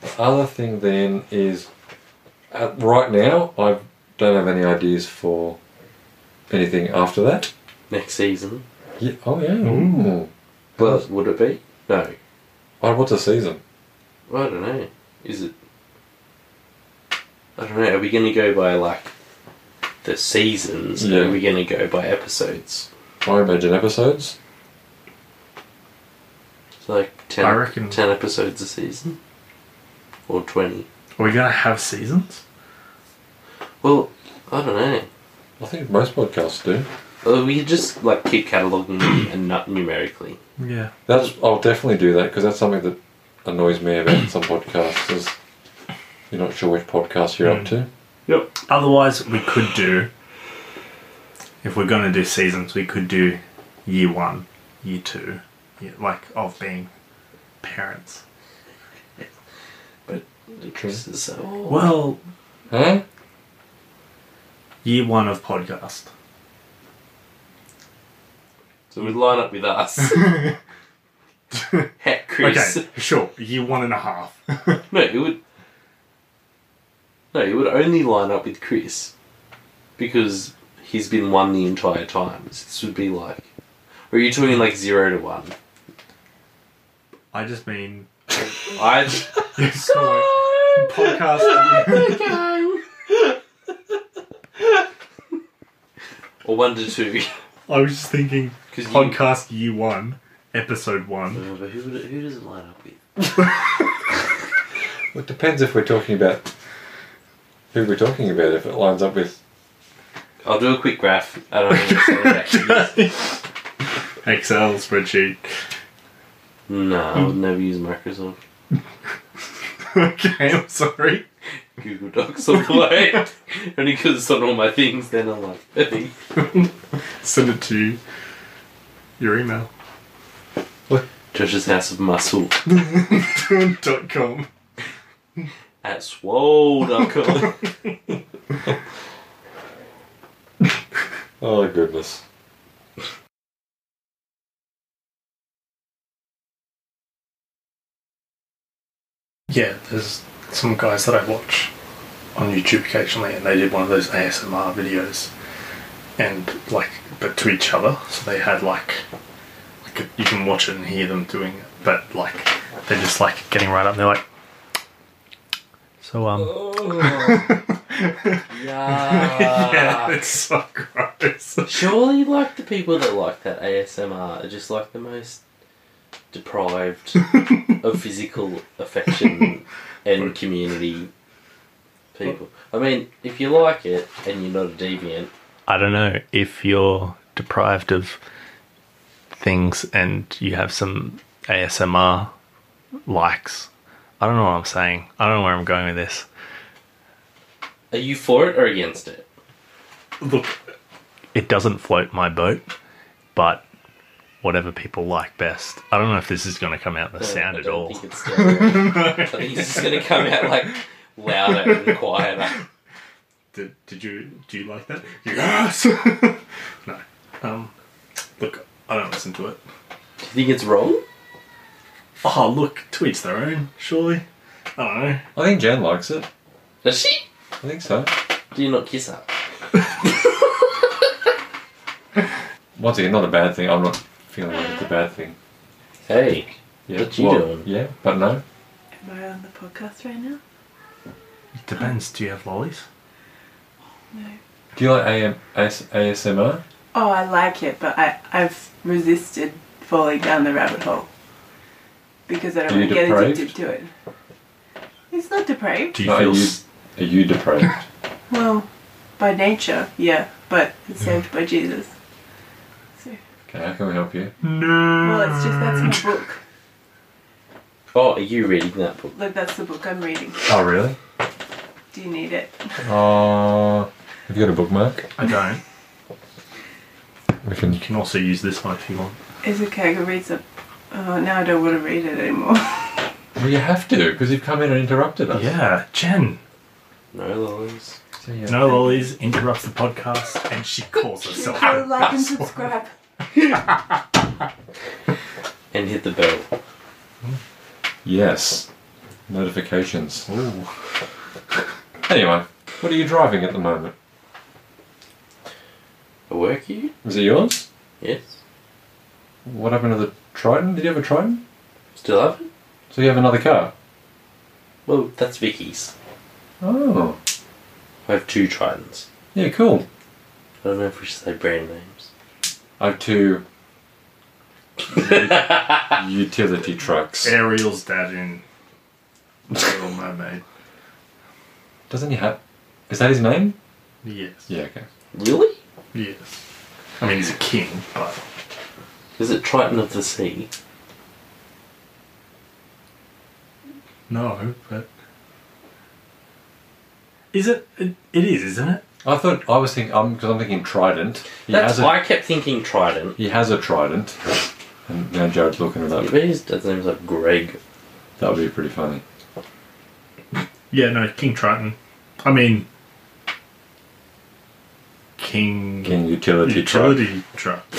The other thing then is, uh, right now I don't have any ideas for anything after that. Next season. Yeah, oh yeah. Mm. ooh. But would it be? No. I what's a season? I don't know. Is it? I don't know. Are we going to go by like the seasons? Or Yeah. are we going to go by episodes? I imagine episodes. It's like 10, I reckon- 10 episodes a season? Or 20? Are we gonna have seasons? Well, I don't know. I think most podcasts do. Well, we could just like keep cataloguing them and not numerically. Yeah. That's I'll definitely do that because that's something that annoys me about some podcasts is you're not sure which podcast you're up to. Yep. Otherwise, we could do. If we're gonna do seasons, we could do year one, year two, year, like of being parents. But Chris is so. Well, Huh? year one of podcast. So we line up with us. Heck, Chris. Okay, sure. Year one and a half. No, it would. No, it would only line up with Chris, because he's been one the entire time. So this would be like, or are you talking like zero to one? I just mean I. podcast. or one to two. I was just thinking 'Cause you- podcast year one, episode one. No, but who, would- who does it line up with? Well, It depends if we're talking about who we're talking about. If it lines up with I'll do a quick graph. I don't know. if it's all right. Excel spreadsheet. no, I would never use Microsoft. okay, I'm sorry. Google Docs all the way. Only because it's on all my things, then I'm like, hey. Send it to your email. Judge's House of Muscle dot com. at swole.com. oh goodness. Yeah, there's some guys that I watch on YouTube occasionally, and they did one of those ASMR videos, and like, but to each other. So they had like, like you can watch it and hear them doing it, but like, they're just like getting right up. and They're like, so um, Oh, yeah, yeah. it's so gross. Surely, like, the people that like that ASMR are just like the most deprived of physical affection and community people. I mean, if you like it and you're not a deviant, I don't know if you're deprived of things and you have some ASMR likes. I don't know what I'm saying. I don't know where I'm going with this. are you for it or against it? Look, it doesn't float my boat, but whatever people like best. I don't know if this is going to come out in the sound Uh, I at don't all. Think it's stereo. I think it's just gonna come out like louder and quieter. Did, did you do you like that? Yes. no. Um, look, I don't listen to it. Do you think it's wrong? Oh, look, to each their own. Surely. I don't know. I think Jan likes it. Does she? I think so. Do you not kiss her? Once again, not a bad thing. I'm not feeling like it's a bad thing. Hey, Yeah. What you well, doing? Yeah, but no. Am I on the podcast right now? It depends. Do you have lollies? No. Do you like AM, AS, ASMR? Oh, I like it, but I, I've resisted falling down the rabbit hole because I don't Are you want to get depraved? addicted to it. It's not depraved. Do you No, feel you- s- Are you depraved? Well, by nature, yeah, but it's saved by Jesus. So, okay, how can we help you? well, it's just Mm. that's my book. Oh, are you reading that book? Look, that's the book I'm reading. Oh, really? Do you need it? Uh, have you got a bookmark? I don't. We can. You can also use this one if you want. It's okay. I can read some. Oh, now I don't want to read it anymore. Well, you have to because you've come in and interrupted us. Yeah, Jen. No, Lollies. So, yeah. No lollies interrupts the podcast, and she calls herself. Go like and That's subscribe. And hit the bell. Yes. Notifications. Ooh. anyway, what are you driving at the moment? A work you? Is it yours? Yes. What happened to the Triton? Did you have a Triton? Still have it? So you have another car? Well, that's Vicky's. Oh. I have two Tritons. Yeah, cool. I don't know if we should say brand names. I have two utility trucks. Ariel's dad in Little Mermaid. Doesn't he have. Is that his name? Yes. Yeah, okay. Really? Yes. I mean, he's a king, but Is it Triton of the Sea? no. But is it? It, it is, isn't it? I thought. I was thinking. I'm, because I'm thinking Trident. He That's has a, why I kept thinking Triton. He has a Trident. And now Jared's looking it I up. bet his dad's name's like Greg. That would be pretty funny. Yeah, no, King Triton. I mean, King, King utility, truck. Utility Truck.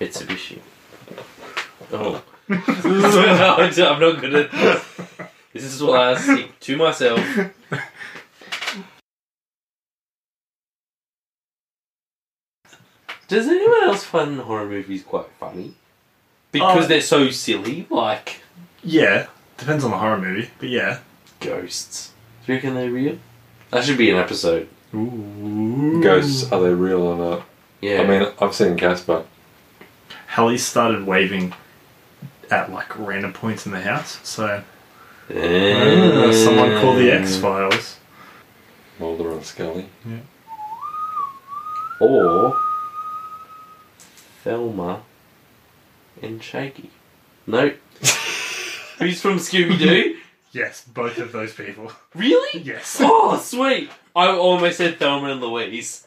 Mitsubishi. Oh. No, I'm not good at this. This is why I stick to myself. Does anyone else find horror movies quite funny? Because Oh. they're so silly, like Yeah, depends on the horror movie, but yeah. ghosts. Do you reckon they're real? That should be an episode. Ooh. Ghosts, are they real or not? Yeah. I mean, I've seen Casper. Hallie started waving at like random points in the house, so Uh, someone call the X Files. Mulder and Scully. Or Thelma and Shaky. No. Who's from Scooby Doo? Yes, both of those people. Really? Yes. Oh, sweet! I almost said Thelma and Louise.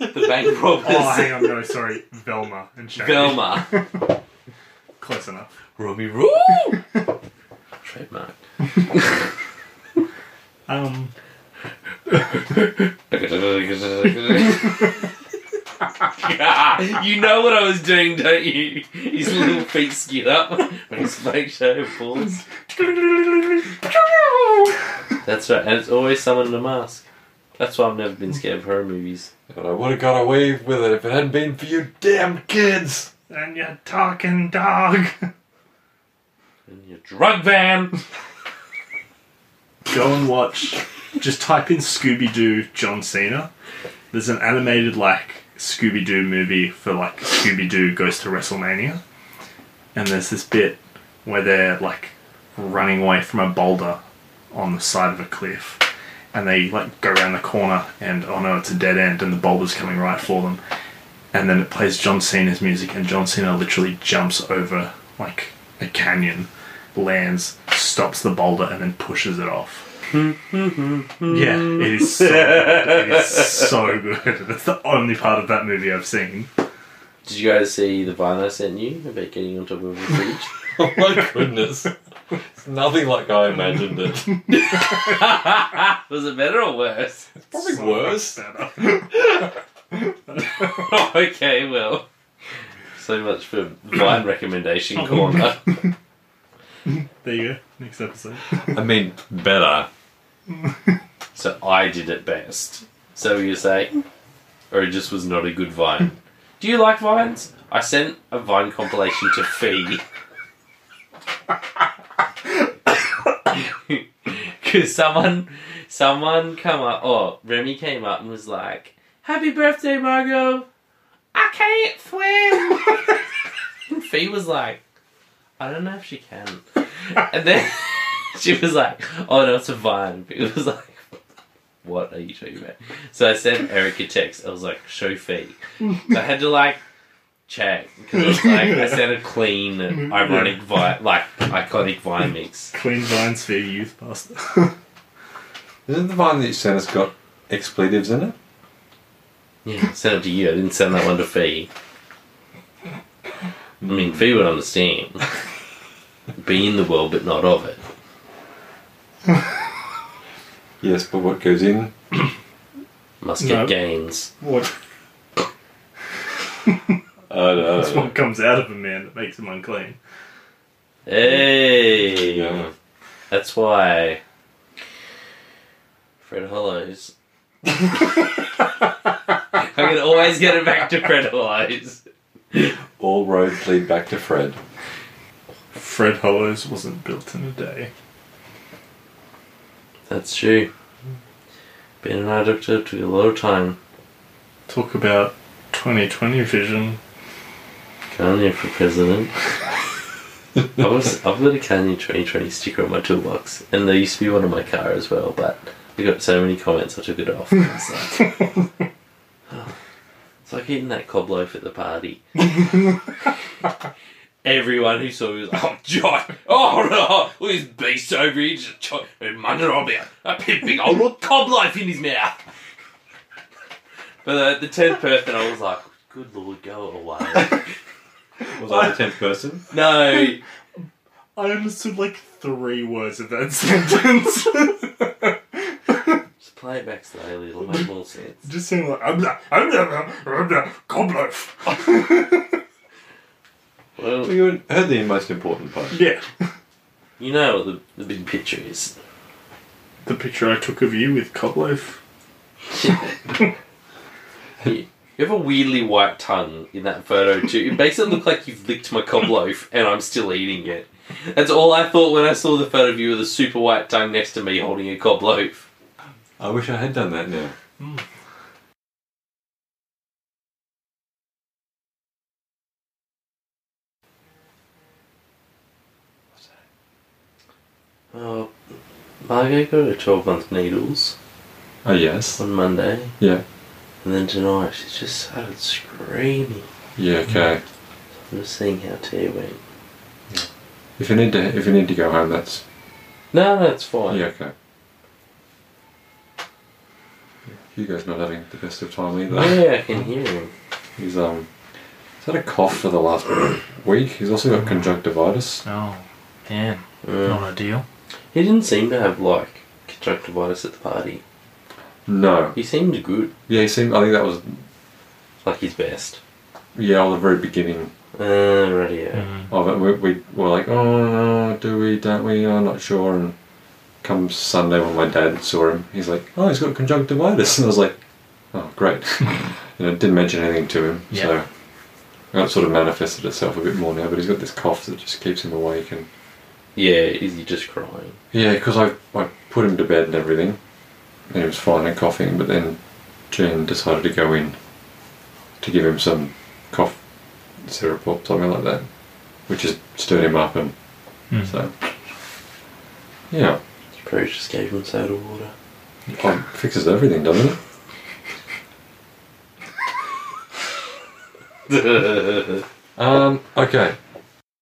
The bank Oh, robbers. hang on, no, sorry. Velma and Shaggy. Velma. Close enough. Robbie Roo! Trademark. Um, you know what I was doing, don't you? His little feet skid up when his fake show falls. That's right, and it's always someone in a mask. That's why I've never been scared of horror movies. And I would have got away with it if it hadn't been for you damn kids! and your talking dog. And your drug van! Go and watch. Just type in Scooby Doo John Cena. There's an animated like Scooby Doo movie for like Scooby Doo goes to WrestleMania, and there's this bit where they're like running away from a boulder on the side of a cliff, and they like go around the corner and oh no, it's a dead end, and the boulder's coming right for them, and then it plays John Cena's music, and John Cena literally jumps over like a canyon, lands, stops the boulder, and then pushes it off. yeah, it is so good. It is so good. That's the only part of that movie I've seen. Did you guys see the vine I sent you about getting on top of a fridge? Oh my goodness. It's nothing like I imagined it. Was it better or worse? Probably So worse. much better. okay, well. So much for Vine recommendation corner. There you go. Next episode. I mean, better. So I did it best. So you say? Or it just was not a good vine. Do you like vines? I sent a vine compilation to Fee. Cause someone someone come up oh, Remy came up and was like, Happy birthday, Margot! I can't swim And Fee was like, I don't know if she can. And then she was like, Oh no, it's a vine. Fee was like, what are you talking about? So I sent Eric a text. I was like, show fee. So I had to like check because I was like, I sent a clean, ironic, vi- like iconic vine mix. Queen Vines for your youth pastor. Isn't the vine that you sent us got expletives in it? Yeah, I sent it to you. I didn't send that one to fee. I mean, fee would understand. Be in the world, but not of it. Yes, but what goes in? Must get No. gains. what? I don't That's what comes out of a man that makes him unclean. Hey, Yeah. That's why Fred Hollows. I'm gonna always get it back to Fred Hollows. All roads lead back to Fred. Fred Hollows wasn't built in a day. That's true. Ben and I looked up to a lot of time. Talk about 2020 vision. Kanye for president. I was, I've got a Kanye 2020 sticker on my toolbox, and there used to be one in my car as well, but I got so many comments I took it off. It's like, it's like eating that cob loaf at the party. Everyone who saw me was like, oh, John, oh, no, well, this beast over here just cho- mugging on me, a big, big old cob loaf in his mouth. But uh, the 10th person, I was like, good lord, go away. Was I the tenth person? No, I understood like three words of that sentence. Just play it back slowly, it'll make more sense. Just saying like I'm not, I'm not, I'm not, gobloaf. Well, Well, Oh, you heard the most important part. yeah. you know what the, the big picture is. The picture I took of you with cobloaf. You you have a weirdly white tongue in that photo too. It makes it look like you've licked my cob loaf and I'm still eating it. That's all I thought when I saw the photo of you with a super white tongue next to me holding a cob loaf. I wish I had done that now. Oh, Margot got her 12 month needles Oh yes. on Monday, Yeah. and then tonight she just started screaming. Yeah. Okay. I'm just seeing how tear went. If you need to, if you need to go home, that's No, that's fine. yeah. Okay. Hugo's not having the best of time either. yeah, I can hear him. He's um, he's had a cough for the last week. He's also got conjunctivitis. Oh, man, Yeah. ideal. He didn't seem to have like conjunctivitis at the party. No. He seemed good, Yeah. He seemed. I think that was like his best. yeah. All the very beginning Uh, right yeah. of it. We, we were like, oh no, do we? Don't we? I'm not sure. And come Sunday when my dad saw him, he's like, oh, he's got conjunctivitis, and I was like, oh, great. you know, didn't mention anything to him, Yeah. so that sort of manifested itself a bit more now. But he's got this cough that just keeps him awake, and Yeah, is he just crying? yeah, because I I put him to bed and everything, and he was fine and coughing, but then Jen decided to go in to give him some cough syrup or something like that, which has stirred him up and so, yeah, He probably just gave him soda water. it fixes everything, doesn't it? That's Um, okay,